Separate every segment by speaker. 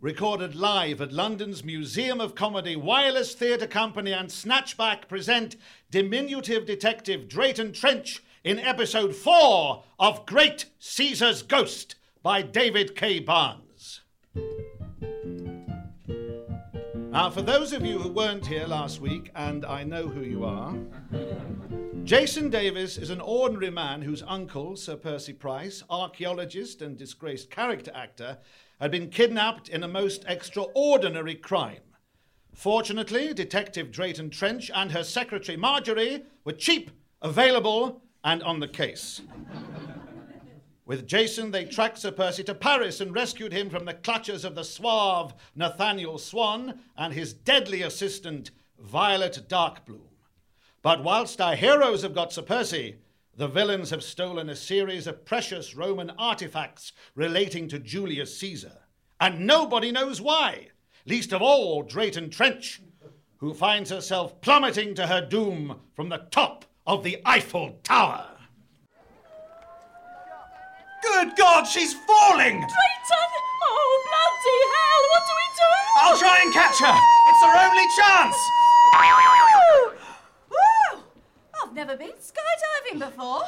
Speaker 1: recorded live at London's Museum of Comedy Wireless Theatre Company and Snatchback present diminutive detective Drayton Trench in episode 4 of Great Caesar's Ghost by David K. Barnes. Now, for those of you who weren't here last week, and I know who you are, Jason Davis is an ordinary man whose uncle, Sir Percy Price, archaeologist and disgraced character actor, had been kidnapped in a most extraordinary crime. Fortunately, Detective Drayton Trench and her secretary Marjorie were cheap, available, and on the case. With Jason, they tracked Sir Percy to Paris and rescued him from the clutches of the suave Nathaniel Swan and his deadly assistant, Violet Darkbloom. But whilst our heroes have got Sir Percy, the villains have stolen a series of precious Roman artifacts relating to Julius Caesar. And nobody knows why, least of all Drayton Trench, who finds herself plummeting to her doom from the top of the Eiffel Tower.
Speaker 2: Good God, she's falling!
Speaker 3: Drayton! Oh, bloody hell! What do we do?
Speaker 2: I'll try and catch her! It's our only chance!
Speaker 3: Woo! I've never been skydiving before.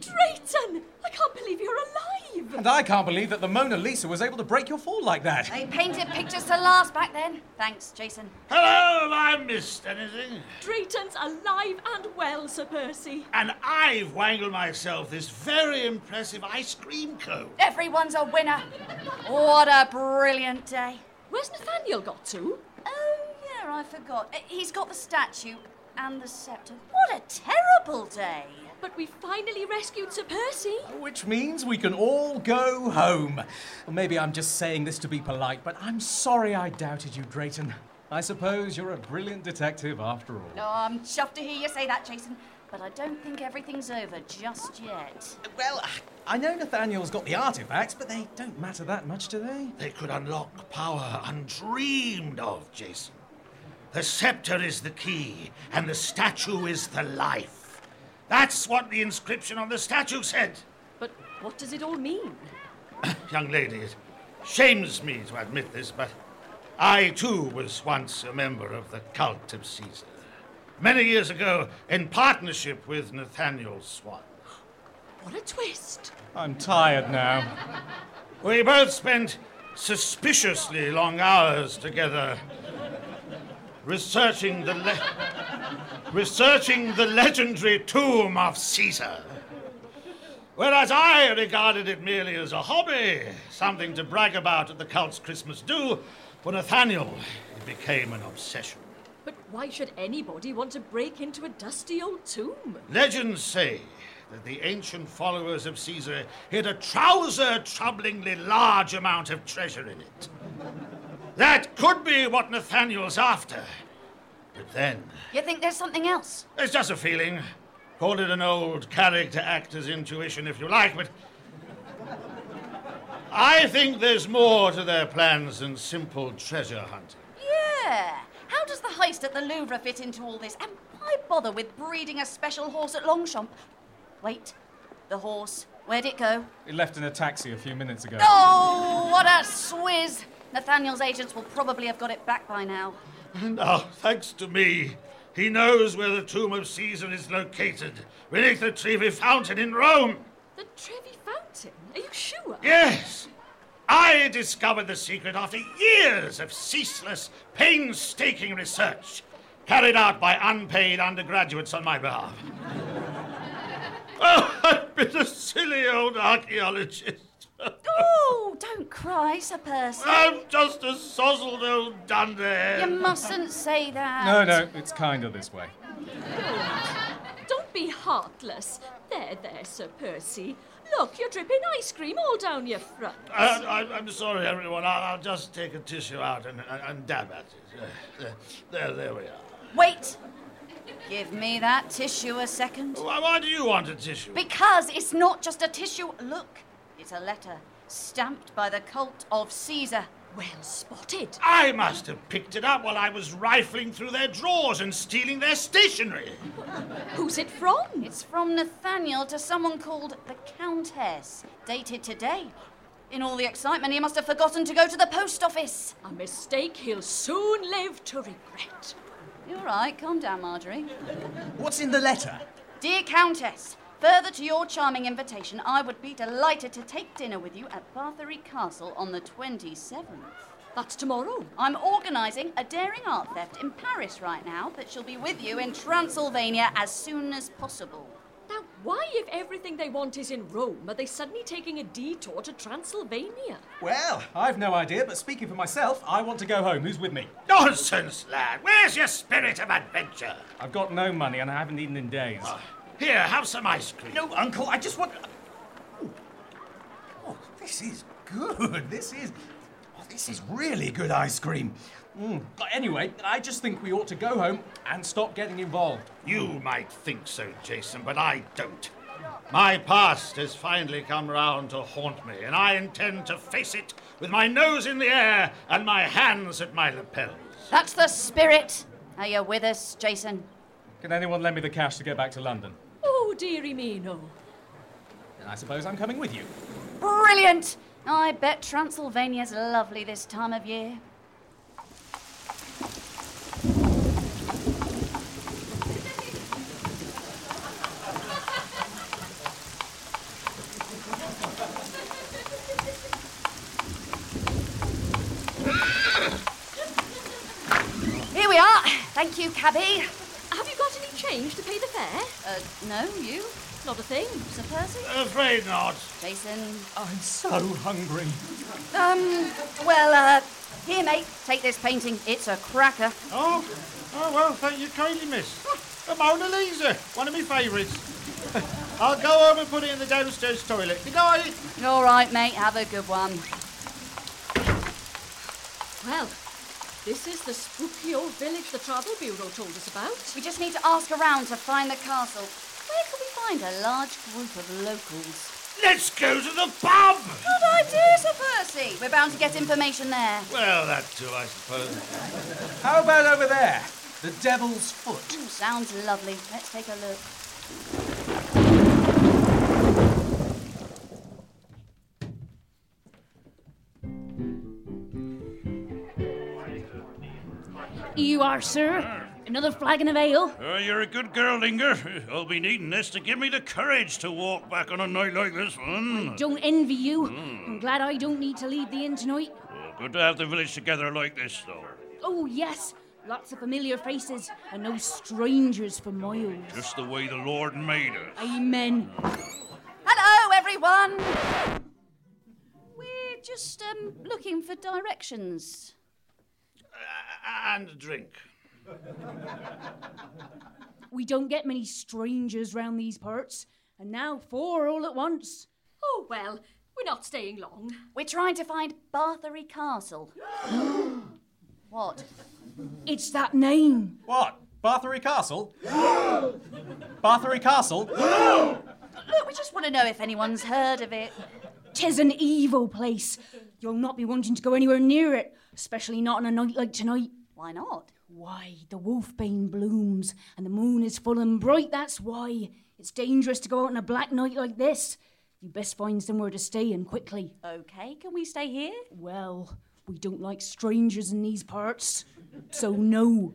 Speaker 3: Drayton! I can't believe you're alive!
Speaker 2: And I can't believe that the Mona Lisa was able to break your fall like that.
Speaker 4: They painted pictures to last back then. Thanks, Jason.
Speaker 5: Hello, have I missed anything?
Speaker 3: Drayton's alive and well, Sir Percy.
Speaker 5: And I've wangled myself this very impressive ice cream cone.
Speaker 4: Everyone's a winner. What a brilliant day.
Speaker 3: Where's Nathaniel got to?
Speaker 4: Oh, yeah, I forgot. Uh, He's got the statue and the scepter. What a terrible day.
Speaker 3: But we finally rescued Sir Percy.
Speaker 2: Which means we can all go home. Well, maybe I'm just saying this to be polite, but I'm sorry I doubted you, Drayton. I suppose you're a brilliant detective after all.
Speaker 4: No, Oh, I'm chuffed to hear you say that, Jason. But I don't think everything's over just yet.
Speaker 2: Well, I know Nathaniel's got the artifacts, but they don't matter that much, do they?
Speaker 5: They could unlock power undreamed of, Jason. The scepter is the key, and the statue is the life. That's what the inscription on the statue said.
Speaker 3: But what does it all mean?
Speaker 5: Young lady, it shames me to admit this, but I too was once a member of the cult of Caesar. Many years ago, in partnership with Nathaniel Swan.
Speaker 3: What a twist!
Speaker 2: I'm tired now.
Speaker 5: We both spent suspiciously long hours together researching the le- researching the legendary tomb of Caesar. Whereas I regarded it merely as a hobby, something to brag about at the cult's Christmas do, for Nathaniel it became an obsession.
Speaker 3: But why should anybody want to break into a dusty old tomb?
Speaker 5: Legends say that the ancient followers of Caesar hid a trouser troublingly large amount of treasure in it. That could be what Nathaniel's after. But then,
Speaker 4: You think there's something else?
Speaker 5: it's just a feeling. Call it an old character actor's intuition if you like, but. I think there's more to their plans than simple treasure hunting.
Speaker 4: Yeah. How does the heist at the Louvre fit into all this? And why bother with breeding a special horse at Longchamp? Wait, the horse. Where'd it go?
Speaker 2: It left in a taxi a few minutes ago.
Speaker 4: Oh, what a swizz! Nathaniel's agents will probably have got it back by now.
Speaker 5: Now, ah, thanks to me, he knows where the tomb of Caesar is located, beneath the Trevi Fountain in Rome.
Speaker 3: The Trevi Fountain? Are you sure?
Speaker 5: Yes, I discovered the secret after years of ceaseless, painstaking research carried out by unpaid undergraduates on my behalf. oh, I've been a silly old archaeologist.
Speaker 4: Oh, don't cry, Sir Percy.
Speaker 5: I'm just a sozzled old
Speaker 4: You
Speaker 5: dunderhead.
Speaker 4: mustn't say that.
Speaker 2: No, no, it's kinder this way.
Speaker 3: Don't be heartless. There, there, Sir Percy. Look, you're dripping ice cream all down your front.
Speaker 5: I, I, I'm sorry, everyone. I'll, I'll just take a tissue out and, and, and dab at it. There, there, there we are.
Speaker 4: Wait. Give me that tissue a second.
Speaker 5: Why, why do you want a tissue?
Speaker 4: Because it's not just a tissue. Look, it's a letter stamped by the cult of Caesar.
Speaker 3: Well spotted.
Speaker 5: I must have picked it up while I was rifling through their drawers and stealing their stationery.
Speaker 3: Who's it from?
Speaker 4: It's from Nathaniel to someone called the Countess, dated today. In all the excitement, he must have forgotten to go to the post office.
Speaker 3: A mistake he'll soon live to regret.
Speaker 4: You're right. Calm down, Marjorie.
Speaker 2: What's in the letter?
Speaker 4: Dear Countess, further to your charming invitation, I would be delighted to take dinner with you at Bathory Castle on the 27th.
Speaker 3: That's tomorrow.
Speaker 4: I'm organising a daring art theft in Paris right now that shall be with you in Transylvania as soon as possible.
Speaker 3: Now, why, if everything they want is in Rome, are they suddenly taking a detour to Transylvania?
Speaker 2: Well, I've no idea, but speaking for myself, I want to go home. Who's with me?
Speaker 5: Nonsense, lad. Where's your spirit of adventure?
Speaker 2: I've got no money and I haven't eaten in days.
Speaker 5: Here, have some ice cream.
Speaker 2: No, Uncle, I just want. Ooh. Oh, this is good. This is. Oh, this is really good ice cream. Mm. But anyway, I just think we ought to go home and stop getting involved.
Speaker 5: You might think so, Jason, but I don't. My past has finally come round to haunt me, and I intend to face it with my nose in the air and my hands at my lapels.
Speaker 4: That's the spirit. Are you with us, Jason?
Speaker 2: Can anyone lend me the cash to get back to London?
Speaker 3: Oh, dearie me, no.
Speaker 2: Then I suppose I'm coming with you.
Speaker 4: Brilliant! I bet Transylvania's lovely this time of year. Here we are. Thank you, cabby.
Speaker 3: Have you got any change to pay the fare?
Speaker 4: Uh, no, you,
Speaker 3: Not a thing.
Speaker 4: Sir Percy,
Speaker 5: Afraid not.
Speaker 4: Jason.
Speaker 2: I'm so hungry.
Speaker 4: Um, well, uh, here, mate. Take this painting. It's a cracker.
Speaker 5: Oh, oh well, thank you kindly, miss. The Mona Lisa, one of my favourites. I'll go home and put it in the downstairs toilet. Good night.
Speaker 4: All right, mate. Have a good one.
Speaker 3: Well, this is the spooky old village the Travel Bureau told us about.
Speaker 4: We just need to ask around to find the castle. Where can we find a large group of locals?
Speaker 5: Let's go to the pub.
Speaker 4: Good idea, Sir Percy. We're bound to get information there.
Speaker 5: Well, that too, I suppose.
Speaker 2: How about over there? The Devil's Foot.
Speaker 4: Ooh, sounds lovely. Let's take a look.
Speaker 6: You are, sir. Another flagon of ale.
Speaker 7: Oh, you're a good girl, Inger. I'll be needing this to give me the courage to walk back on a night like this one.
Speaker 6: Don't envy you. I'm glad I don't need to leave the inn tonight.
Speaker 7: Oh, good to have the village together like this, though.
Speaker 6: Oh, yes. Lots of familiar faces and no strangers for miles.
Speaker 7: Just the way the Lord made us.
Speaker 6: Amen.
Speaker 4: Hello, everyone. We're just um, looking for directions.
Speaker 5: And a drink.
Speaker 6: We don't get many strangers round these parts. And now four all at once.
Speaker 3: Oh, well, we're not staying long.
Speaker 4: We're trying to find Bathory Castle. what?
Speaker 6: It's that name.
Speaker 2: What? Bathory Castle? Bathory Castle?
Speaker 4: Look, we just want to know if anyone's heard of it.
Speaker 6: Tis an evil place. You'll not be wanting to go anywhere near it, especially not on a night like tonight.
Speaker 4: Why not?
Speaker 6: Why, the wolfbane blooms and the moon is full and bright, that's why. It's dangerous to go out on a black night like this. You best find somewhere to stay and quickly.
Speaker 4: Okay, can we stay here?
Speaker 6: Well, we don't like strangers in these parts, so no,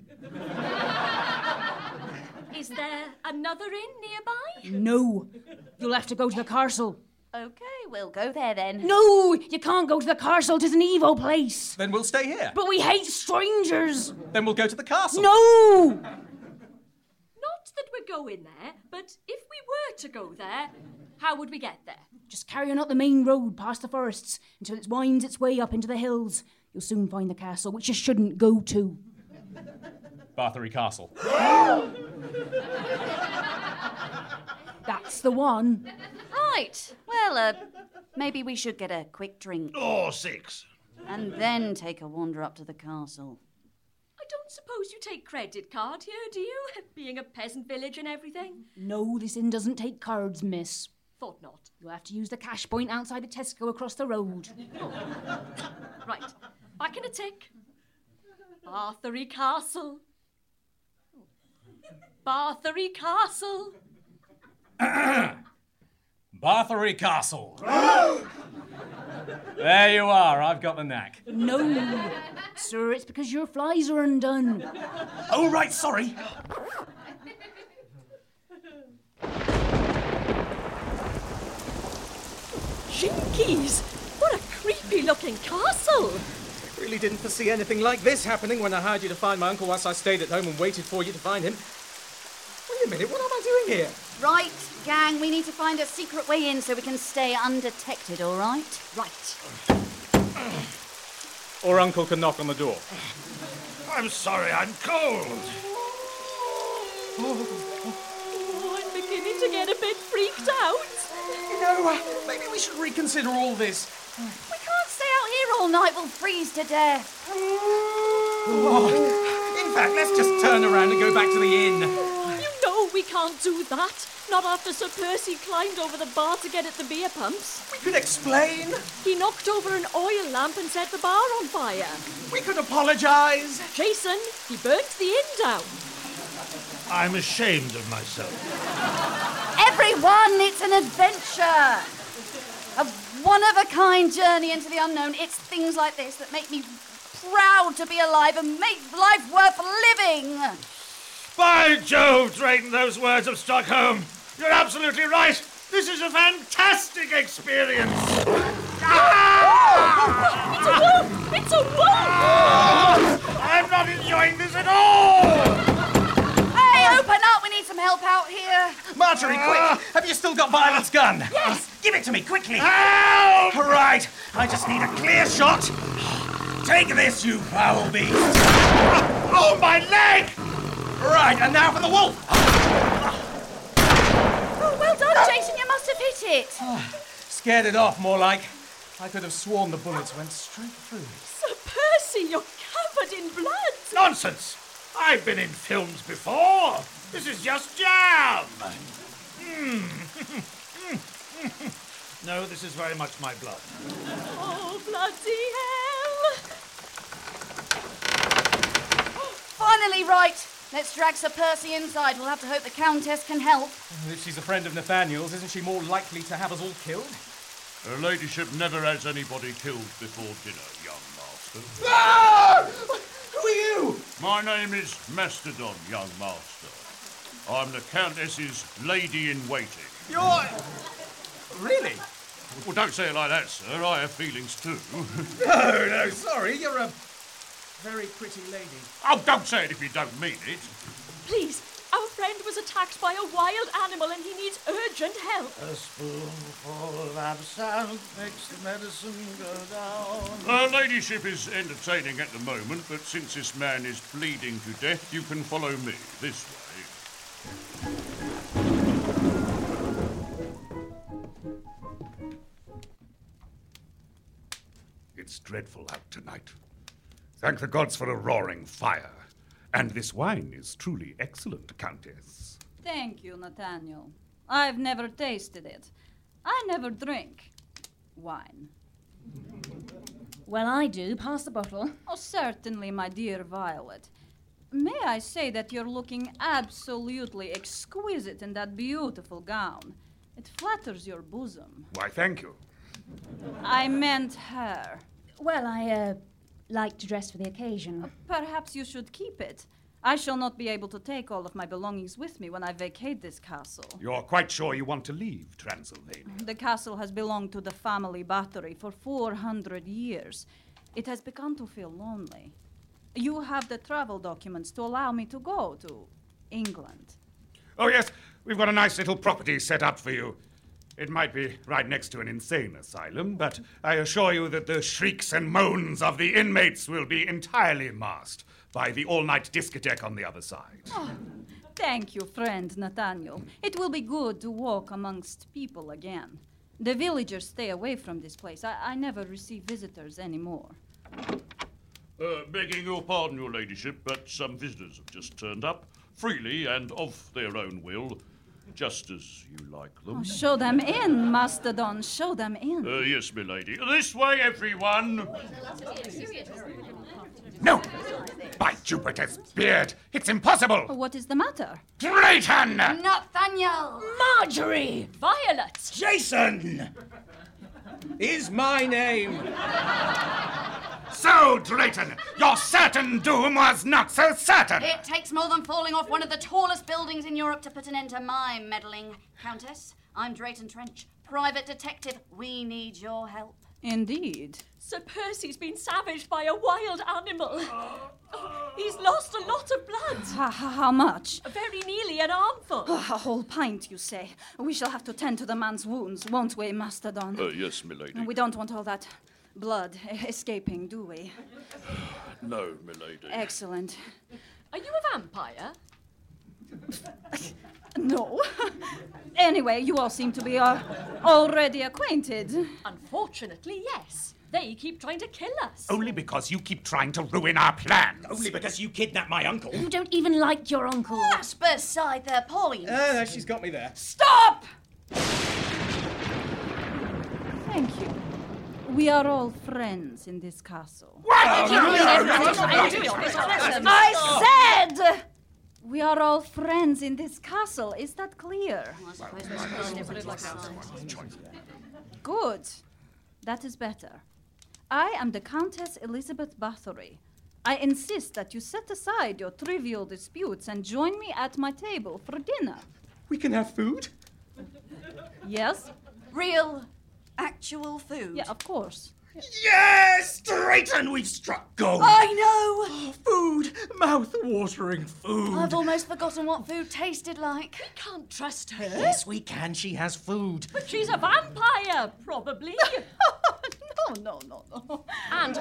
Speaker 3: Is there another inn nearby?
Speaker 6: no. You'll have to go to the castle.
Speaker 4: Okay, we'll go there then.
Speaker 6: No, you can't go to the castle, tis an evil place.
Speaker 2: Then we'll stay here.
Speaker 6: But we hate strangers.
Speaker 2: Then we'll go to the castle.
Speaker 6: No!
Speaker 3: Not that we're going there, but if we were to go there, how would we get there?
Speaker 6: Just carry on up the main road past the forests until it winds its way up into the hills. You'll soon find the castle, which you shouldn't go to.
Speaker 2: Bathory Castle.
Speaker 6: That's the one.
Speaker 4: Right, well, uh, maybe we should get a quick drink
Speaker 5: Or six.
Speaker 4: and then take a wander up to the castle.
Speaker 3: I don't suppose you take credit card here, do you? Being a peasant village and everything?
Speaker 6: No, Oh, this inn doesn't take cards, miss.
Speaker 3: Thought not.
Speaker 6: You'll have to use the cash point outside the Tesco across the road.
Speaker 3: Right, back in a tick. Bathory Castle. Bathory Castle.
Speaker 2: Bathory Castle. There you are, I've got the knack.
Speaker 8: No, sir, it's because your flies are undone.
Speaker 2: Oh, right, sorry.
Speaker 3: Jinkies! What a creepy looking castle!
Speaker 9: Really didn't foresee anything like this happening when I hired you to find my uncle whilst I stayed at home and waited for you to find him. Wait a minute, what am I doing here?
Speaker 4: Right, gang, we need to find a secret way in so we can stay undetected, all right?
Speaker 3: Right.
Speaker 9: Or Uncle can knock on the door.
Speaker 1: I'm sorry, I'm cold.
Speaker 3: Oh, I'm beginning to get a bit freaked out.
Speaker 2: You know, uh, maybe we should reconsider all this.
Speaker 4: We can't stay out here all night, we'll freeze to death.
Speaker 2: In fact, let's just turn around and go back to the inn.
Speaker 3: You know we can't do that. Not after Sir Percy climbed over the bar to get at the beer pumps.
Speaker 2: We could explain.
Speaker 3: He knocked over an oil lamp and set the bar on fire.
Speaker 2: We could apologise.
Speaker 3: Jason, he burnt the inn down.
Speaker 1: I'm ashamed of myself.
Speaker 4: Everyone, it's an adventure! A one of a kind journey into the unknown. It's things like this that make me proud to be alive and make life worth living.
Speaker 1: By Jove, Drayton, those words have struck home. You're absolutely right. This is a fantastic experience.
Speaker 3: It's a wolf! It's a wolf!
Speaker 1: Ah! I'm not enjoying this at all.
Speaker 4: Hey, open up, we need some help out here.
Speaker 2: Marjorie, quick! Have you still got Violet's gun?
Speaker 4: Yes.
Speaker 2: Give it to me, quickly!
Speaker 1: Help!
Speaker 2: All right, I just need a clear shot. Take this, you foul beast!
Speaker 1: Oh, my leg!
Speaker 2: Right, and now for the wolf!
Speaker 4: Oh, well done, Jason, you must have hit it.
Speaker 2: Scared it off, more like. I could have sworn the bullets went straight through it.
Speaker 3: Sir Percy, you're covered in blood!
Speaker 1: Nonsense! I've been in films before. This is just jam.
Speaker 7: Hmm.
Speaker 1: Mm. no, this is very much my blood.
Speaker 3: Oh, bloody hell!
Speaker 4: Finally, right. Let's drag Sir Percy inside. We'll have to hope the Countess can help.
Speaker 9: If she's a friend of Nathaniel's, isn't she more likely to have us all killed?
Speaker 1: Her ladyship never has anybody killed before dinner, young master.
Speaker 7: Ah!
Speaker 2: Who are you?
Speaker 1: My name is Mastodon, young master. I'm the Countess's lady in waiting.
Speaker 2: You're. Really?
Speaker 1: Well, don't say it like that, sir. I have feelings too.
Speaker 2: No, no, sorry. You're a very pretty lady.
Speaker 1: oh, don't say it if you don't mean it.
Speaker 3: Please, our friend was attacked by a wild animal and he needs urgent help.
Speaker 5: A spoonful of absinthe makes the medicine go down.
Speaker 1: Her ladyship is entertaining at the moment, but since this man is bleeding to death, you can follow me this way. It's dreadful out tonight. Thank the gods for a roaring fire. And this wine is truly excellent, Countess.
Speaker 10: Thank you, Nathaniel. I've never tasted it. I never drink wine.
Speaker 8: Well, I do. Pass the bottle.
Speaker 10: Oh, certainly, my dear Violet. May I say that you're looking absolutely exquisite in that beautiful gown? It flatters your bosom.
Speaker 1: Why, thank you.
Speaker 10: I meant her.
Speaker 8: Well, I uh, like to dress for the occasion.
Speaker 10: Perhaps you should keep it. I shall not be able to take all of my belongings with me when I vacate this castle.
Speaker 1: You're quite sure you want to leave Transylvania?
Speaker 10: The castle has belonged to the family battery for 400 years. It has begun to feel lonely. You have the travel documents to allow me to go to England.
Speaker 1: Oh, yes, we've got a nice little property set up for you. It might be right next to an insane asylum, but I assure you that the shrieks and moans of the inmates will be entirely masked by the all night discotheque on the other side.
Speaker 10: Thank you, friend Nathaniel. It will be good to walk amongst people again. The villagers stay away from this place. I, I never receive visitors anymore.
Speaker 1: Uh, begging your pardon, Your Ladyship, but some visitors have just turned up, freely and of their own will, just as you like them.
Speaker 10: Show them in, Mastodon. Show them in.
Speaker 1: Uh, yes, milady. This way, everyone.
Speaker 11: Uh,
Speaker 5: No! By Jupiter's beard! It's impossible!
Speaker 10: What is the matter?
Speaker 5: Drayton!
Speaker 4: Nathaniel!
Speaker 3: Marjorie! Violet!
Speaker 2: Jason!
Speaker 12: is my name.
Speaker 7: So, Drayton, your certain doom was not so certain.
Speaker 4: It takes more than falling off one of the tallest buildings in Europe to put an end to my meddling, Countess. I'm Drayton Trench, private detective. We need your help.
Speaker 10: Indeed.
Speaker 3: Sir Percy's been savaged by a wild animal. Oh, He's lost a lot of blood.
Speaker 10: How, how much?
Speaker 3: Very nearly an armful.
Speaker 10: A whole pint, you say. We shall have to tend to the man's wounds, won't we, Mastodon?
Speaker 1: Oh,
Speaker 11: Uh, yes, milady.
Speaker 10: We don't want all that blood e- escaping, do we?
Speaker 11: No, milady.
Speaker 10: Excellent.
Speaker 3: Are you a vampire?
Speaker 10: No. anyway, you all seem to be uh, already acquainted.
Speaker 3: Unfortunately, yes. They keep trying to kill us.
Speaker 2: Oh,
Speaker 7: Only because you keep trying to ruin our plans.
Speaker 2: Only because you kidnapped my uncle.
Speaker 6: You don't even like your uncle.
Speaker 4: That's beside the point.
Speaker 2: Uh,
Speaker 9: Ah,
Speaker 12: No, no, she's got me there.
Speaker 10: Stop! Thank you. We are all friends in this castle. I said! We are all friends in this castle. Is that clear? Good. That is better. I am the Countess Elizabeth Bathory. I insist that you set aside your trivial disputes and join me at my table for dinner.
Speaker 12: We can have food.
Speaker 10: Yes?
Speaker 4: Real, actual food.
Speaker 10: Yeah, of course.
Speaker 2: Yes, Drayton, we've struck gold.
Speaker 4: I know!
Speaker 2: food, mouth-watering food.
Speaker 4: I've almost forgotten what food tasted like.
Speaker 3: Can't trust her.
Speaker 2: Yes, we can. She has food.
Speaker 3: But she's a vampire, probably.
Speaker 10: no, no, no, no.
Speaker 3: and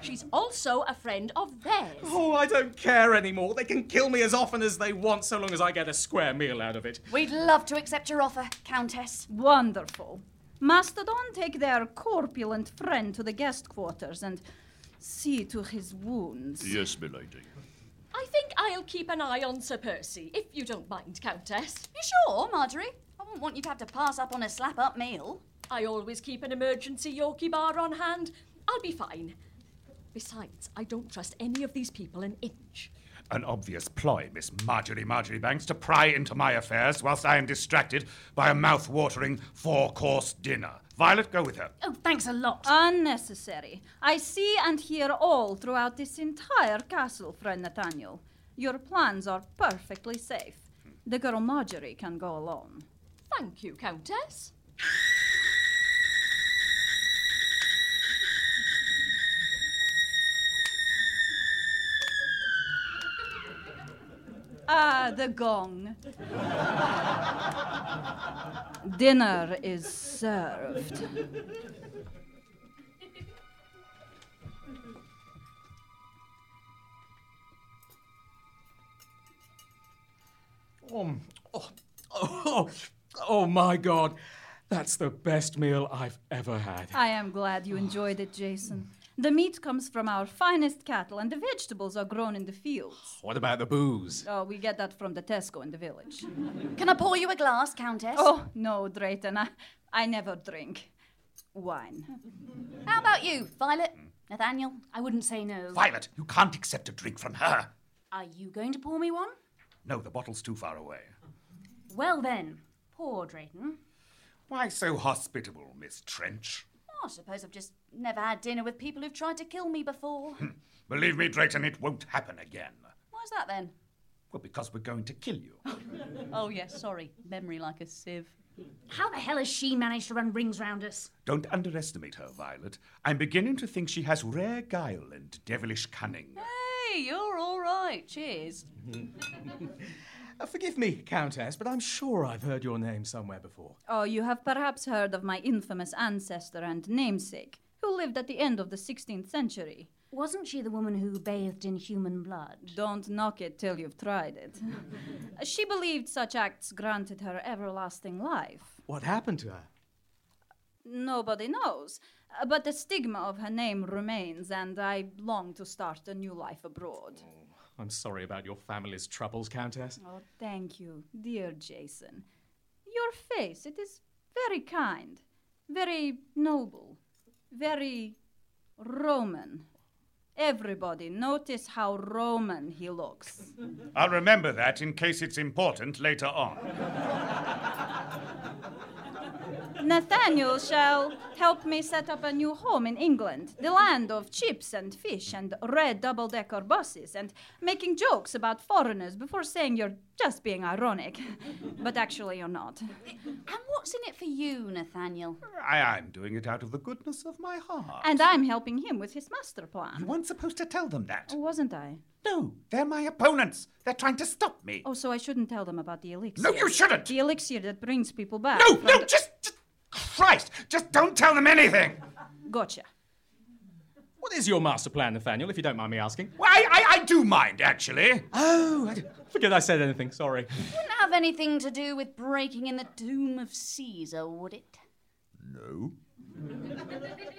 Speaker 3: she's also a friend of theirs.
Speaker 12: Oh, I don't care anymore. They can kill me as often as they want, so long as I get a square meal out of it.
Speaker 4: We'd love to accept your offer, Countess.
Speaker 10: Wonderful. Mastodon take their corpulent friend to the guest quarters and see to his wounds.
Speaker 11: Yes, milady.
Speaker 3: I think I'll keep an eye on Sir Percy, if you don't mind, Countess.
Speaker 4: You sure, Marjorie? I wouldn't want you to have to pass up on a slap up meal.
Speaker 3: I always keep an emergency Yorkie bar on hand. I'll be fine. Besides, I don't trust any of these people an inch.
Speaker 7: An obvious ploy, Miss Marjorie Marjorie Banks, to pry into my affairs whilst I am distracted by a mouth-watering four-course dinner. Violet, go with her.
Speaker 6: Oh, thanks a lot.
Speaker 4: Uh,
Speaker 10: Unnecessary. I see and hear all throughout this entire castle, friend Nathaniel. Your plans are perfectly safe. The girl Marjorie can go alone.
Speaker 3: Thank you, Countess.
Speaker 10: Ah, the gong. Dinner is served.
Speaker 12: Um, oh, oh, oh my God. That's the best meal I've ever had.
Speaker 10: I am glad you enjoyed it, Jason. The meat comes from our finest cattle, and the vegetables are grown in the fields.
Speaker 2: What about the booze?
Speaker 10: Oh, we get that from the Tesco in the village.
Speaker 4: Can I pour you a glass, Countess?
Speaker 10: Oh, no, Drayton, I, I never drink wine.
Speaker 4: How about you, Violet? Nathaniel?
Speaker 6: I wouldn't say no.
Speaker 7: Violet, you can't accept a drink from her.
Speaker 6: Are you going to pour me one?
Speaker 7: No, the bottle's too far away.
Speaker 6: Well then, pour, Drayton.
Speaker 7: Why so hospitable, Miss Trench?
Speaker 4: Oh, I suppose I've just never had dinner with people who've tried to kill me before.
Speaker 7: Believe me, Drayton, it won't happen again.
Speaker 4: Why's that then?
Speaker 7: Well, because we're going to kill you.
Speaker 4: Oh, yes, sorry. Memory like a sieve.
Speaker 6: How the hell has she managed to run rings round us?
Speaker 7: Don't underestimate her, Violet. I'm beginning to think she has rare guile and devilish cunning.
Speaker 4: Hey, you're all right. Cheers.
Speaker 12: Uh, forgive me, Countess, but I'm sure I've heard your name somewhere before.
Speaker 10: Oh, you have perhaps heard of my infamous ancestor and namesake, who lived at the end of the 16th century.
Speaker 6: Wasn't she the woman who bathed in human blood?
Speaker 10: Don't knock it till you've tried it. she believed such acts granted her everlasting life.
Speaker 12: What happened to her?
Speaker 10: Nobody knows, uh, but the stigma of her name remains, and I long to start a new life abroad.
Speaker 12: I'm sorry about your family's troubles, Countess.
Speaker 10: Oh, thank you, dear Jason. Your face, it is very kind, very noble, very Roman. Everybody, notice how Roman he looks.
Speaker 7: I'll remember that in case it's important later on.
Speaker 10: Nathaniel shall help me set up a new home in England, the land of chips and fish and red double decker buses and making jokes about foreigners before saying you're just being ironic. but actually, you're not.
Speaker 4: And what's in it for you, Nathaniel?
Speaker 7: I am doing it out of the goodness of my heart.
Speaker 10: And I'm helping him with his master plan.
Speaker 7: You weren't supposed to tell them that.
Speaker 10: Wasn't I?
Speaker 7: No, they're my opponents. They're trying to stop me.
Speaker 10: Oh, so I shouldn't tell them about the elixir.
Speaker 7: No, you shouldn't.
Speaker 10: The elixir that brings people back.
Speaker 7: No,
Speaker 10: from
Speaker 7: no,
Speaker 10: the-
Speaker 7: just, just. Christ! Just don't tell them anything!
Speaker 10: Gotcha.
Speaker 2: What is your master plan, Nathaniel, if you don't mind me asking?
Speaker 7: Well, I, I, I do mind, actually.
Speaker 2: Oh, I d- forget I said anything, sorry.
Speaker 4: Wouldn't have anything to do with breaking in the tomb of Caesar, would it?
Speaker 7: No.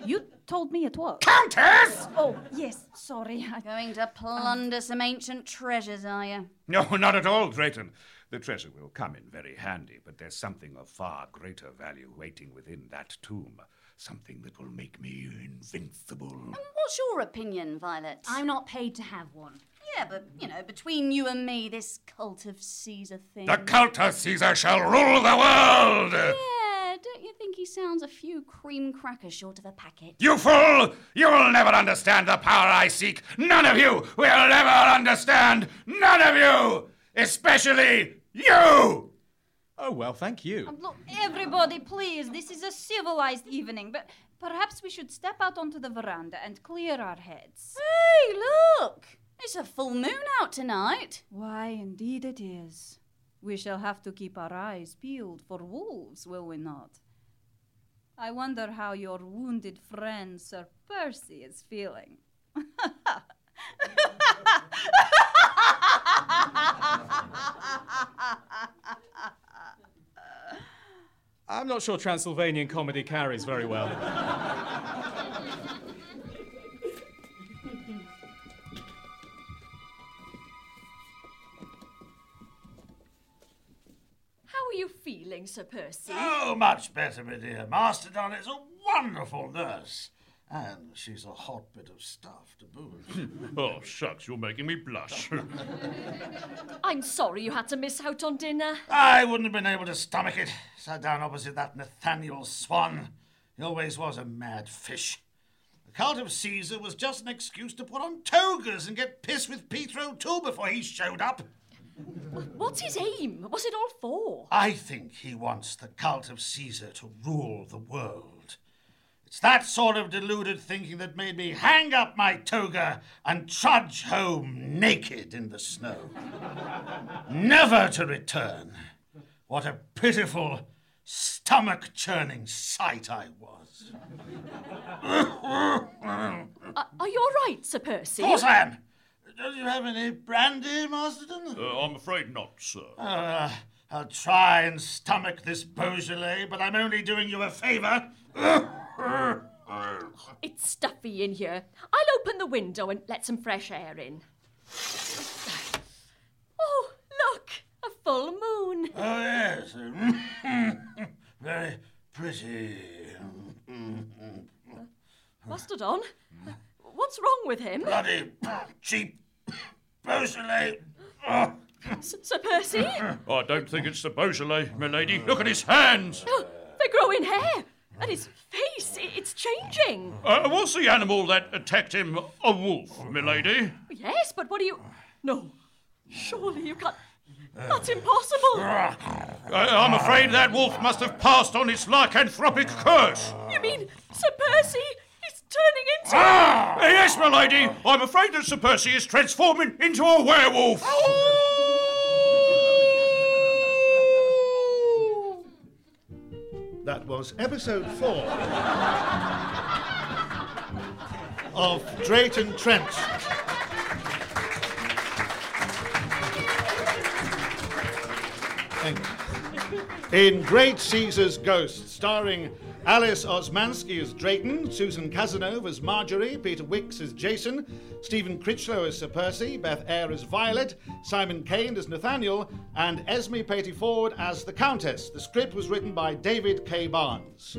Speaker 10: You told me it was.
Speaker 7: Countess!
Speaker 10: Oh, yes, sorry. I-
Speaker 4: Going to plunder some ancient treasures, are you?
Speaker 7: No, not at all, Drayton. The treasure will come in very handy, but there's something of far greater value waiting within that tomb. Something that will make me invincible.
Speaker 4: What's your opinion, Violet?
Speaker 6: I'm not paid to have one.
Speaker 4: Yeah, but, you know, between you and me, this cult of Caesar thing.
Speaker 7: The cult of Caesar shall rule the world!
Speaker 4: Yeah, don't you think he sounds a few cream crackers short of a packet?
Speaker 7: You fool! You will never understand the power I seek! None of you will ever understand! None of you! Especially you!
Speaker 2: Oh, well, thank you.
Speaker 10: Look, everybody, please. This is a civilized evening, but perhaps we should step out onto the veranda and clear our heads.
Speaker 4: Hey, look! It's a full moon out tonight.
Speaker 10: Why, indeed it is. We shall have to keep our eyes peeled for wolves, will we not? I wonder how your wounded friend Sir Percy is feeling.
Speaker 2: I'm not sure Transylvanian comedy carries very well.
Speaker 3: How are you feeling, Sir Percy?
Speaker 5: So much better, my dear. Mastodon is a wonderful nurse. And she's a hot bit of stuff to boot.
Speaker 7: Hmm.
Speaker 11: Oh, shucks, you're making me blush. Uh,
Speaker 3: I'm sorry you had to miss out on dinner.
Speaker 5: I wouldn't have been able to stomach it. Sat down opposite that Nathaniel Swan. He always was a mad fish. The cult of Caesar was just an excuse to put on togas and get pissed with Peter O'Toole before he showed up.
Speaker 3: What's his aim? What's it all for?
Speaker 5: I think he wants the cult of Caesar to rule the world. It's that sort of deluded thinking that made me hang up my toga and trudge home naked in the snow. Never to return. What a pitiful, stomach churning sight I was.
Speaker 3: Are, are you all right, Sir Percy?
Speaker 5: Of course I am. Don't you have any brandy, Masterton?
Speaker 11: Uh, I'm afraid not, sir.
Speaker 5: Uh, I'll try and stomach this Beaujolais, but I'm only doing you a Oh, favour.
Speaker 3: It's stuffy in here. I'll open the window and let some fresh air in. Oh, look! A full moon.
Speaker 5: Oh, yes. Very pretty.
Speaker 3: Mastodon? Uh, What's wrong with him?
Speaker 5: Bloody cheap Beaujolais.
Speaker 3: S- Sir Percy?
Speaker 11: I don't think it's the Beaujolais, milady. Look at his hands!
Speaker 3: Oh, they're growing hair. And his face, i- it's changing.
Speaker 11: Uh, was the animal that attacked him a wolf, milady?
Speaker 3: Yes, but what do you. No. Surely you can't. That's impossible.
Speaker 11: Uh, I'm afraid that wolf must have passed on its lycanthropic curse.
Speaker 3: You mean Sir Percy is turning into.
Speaker 11: Uh, Yes, milady, I'm afraid that Sir Percy is transforming into a werewolf.
Speaker 1: That was episode four of Drayton Trench. Thank you. In Great Caesar's Ghost, starring Alice Osmansky as Drayton, Susan Casanova as Marjorie, Peter Wicks as Jason, Stephen Critchlow as Sir Percy, Beth Eyre as Violet, Simon Kane as Nathaniel, and Esme Patey Ford as the Countess. The script was written by David K. Barnes.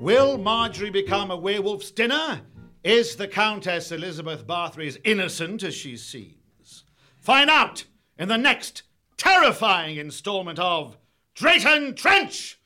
Speaker 1: Will Marjorie become a werewolf's dinner? Is the Countess Elizabeth Bathory as innocent as she seems? Find out in the next terrifying installment of Drayton Trench!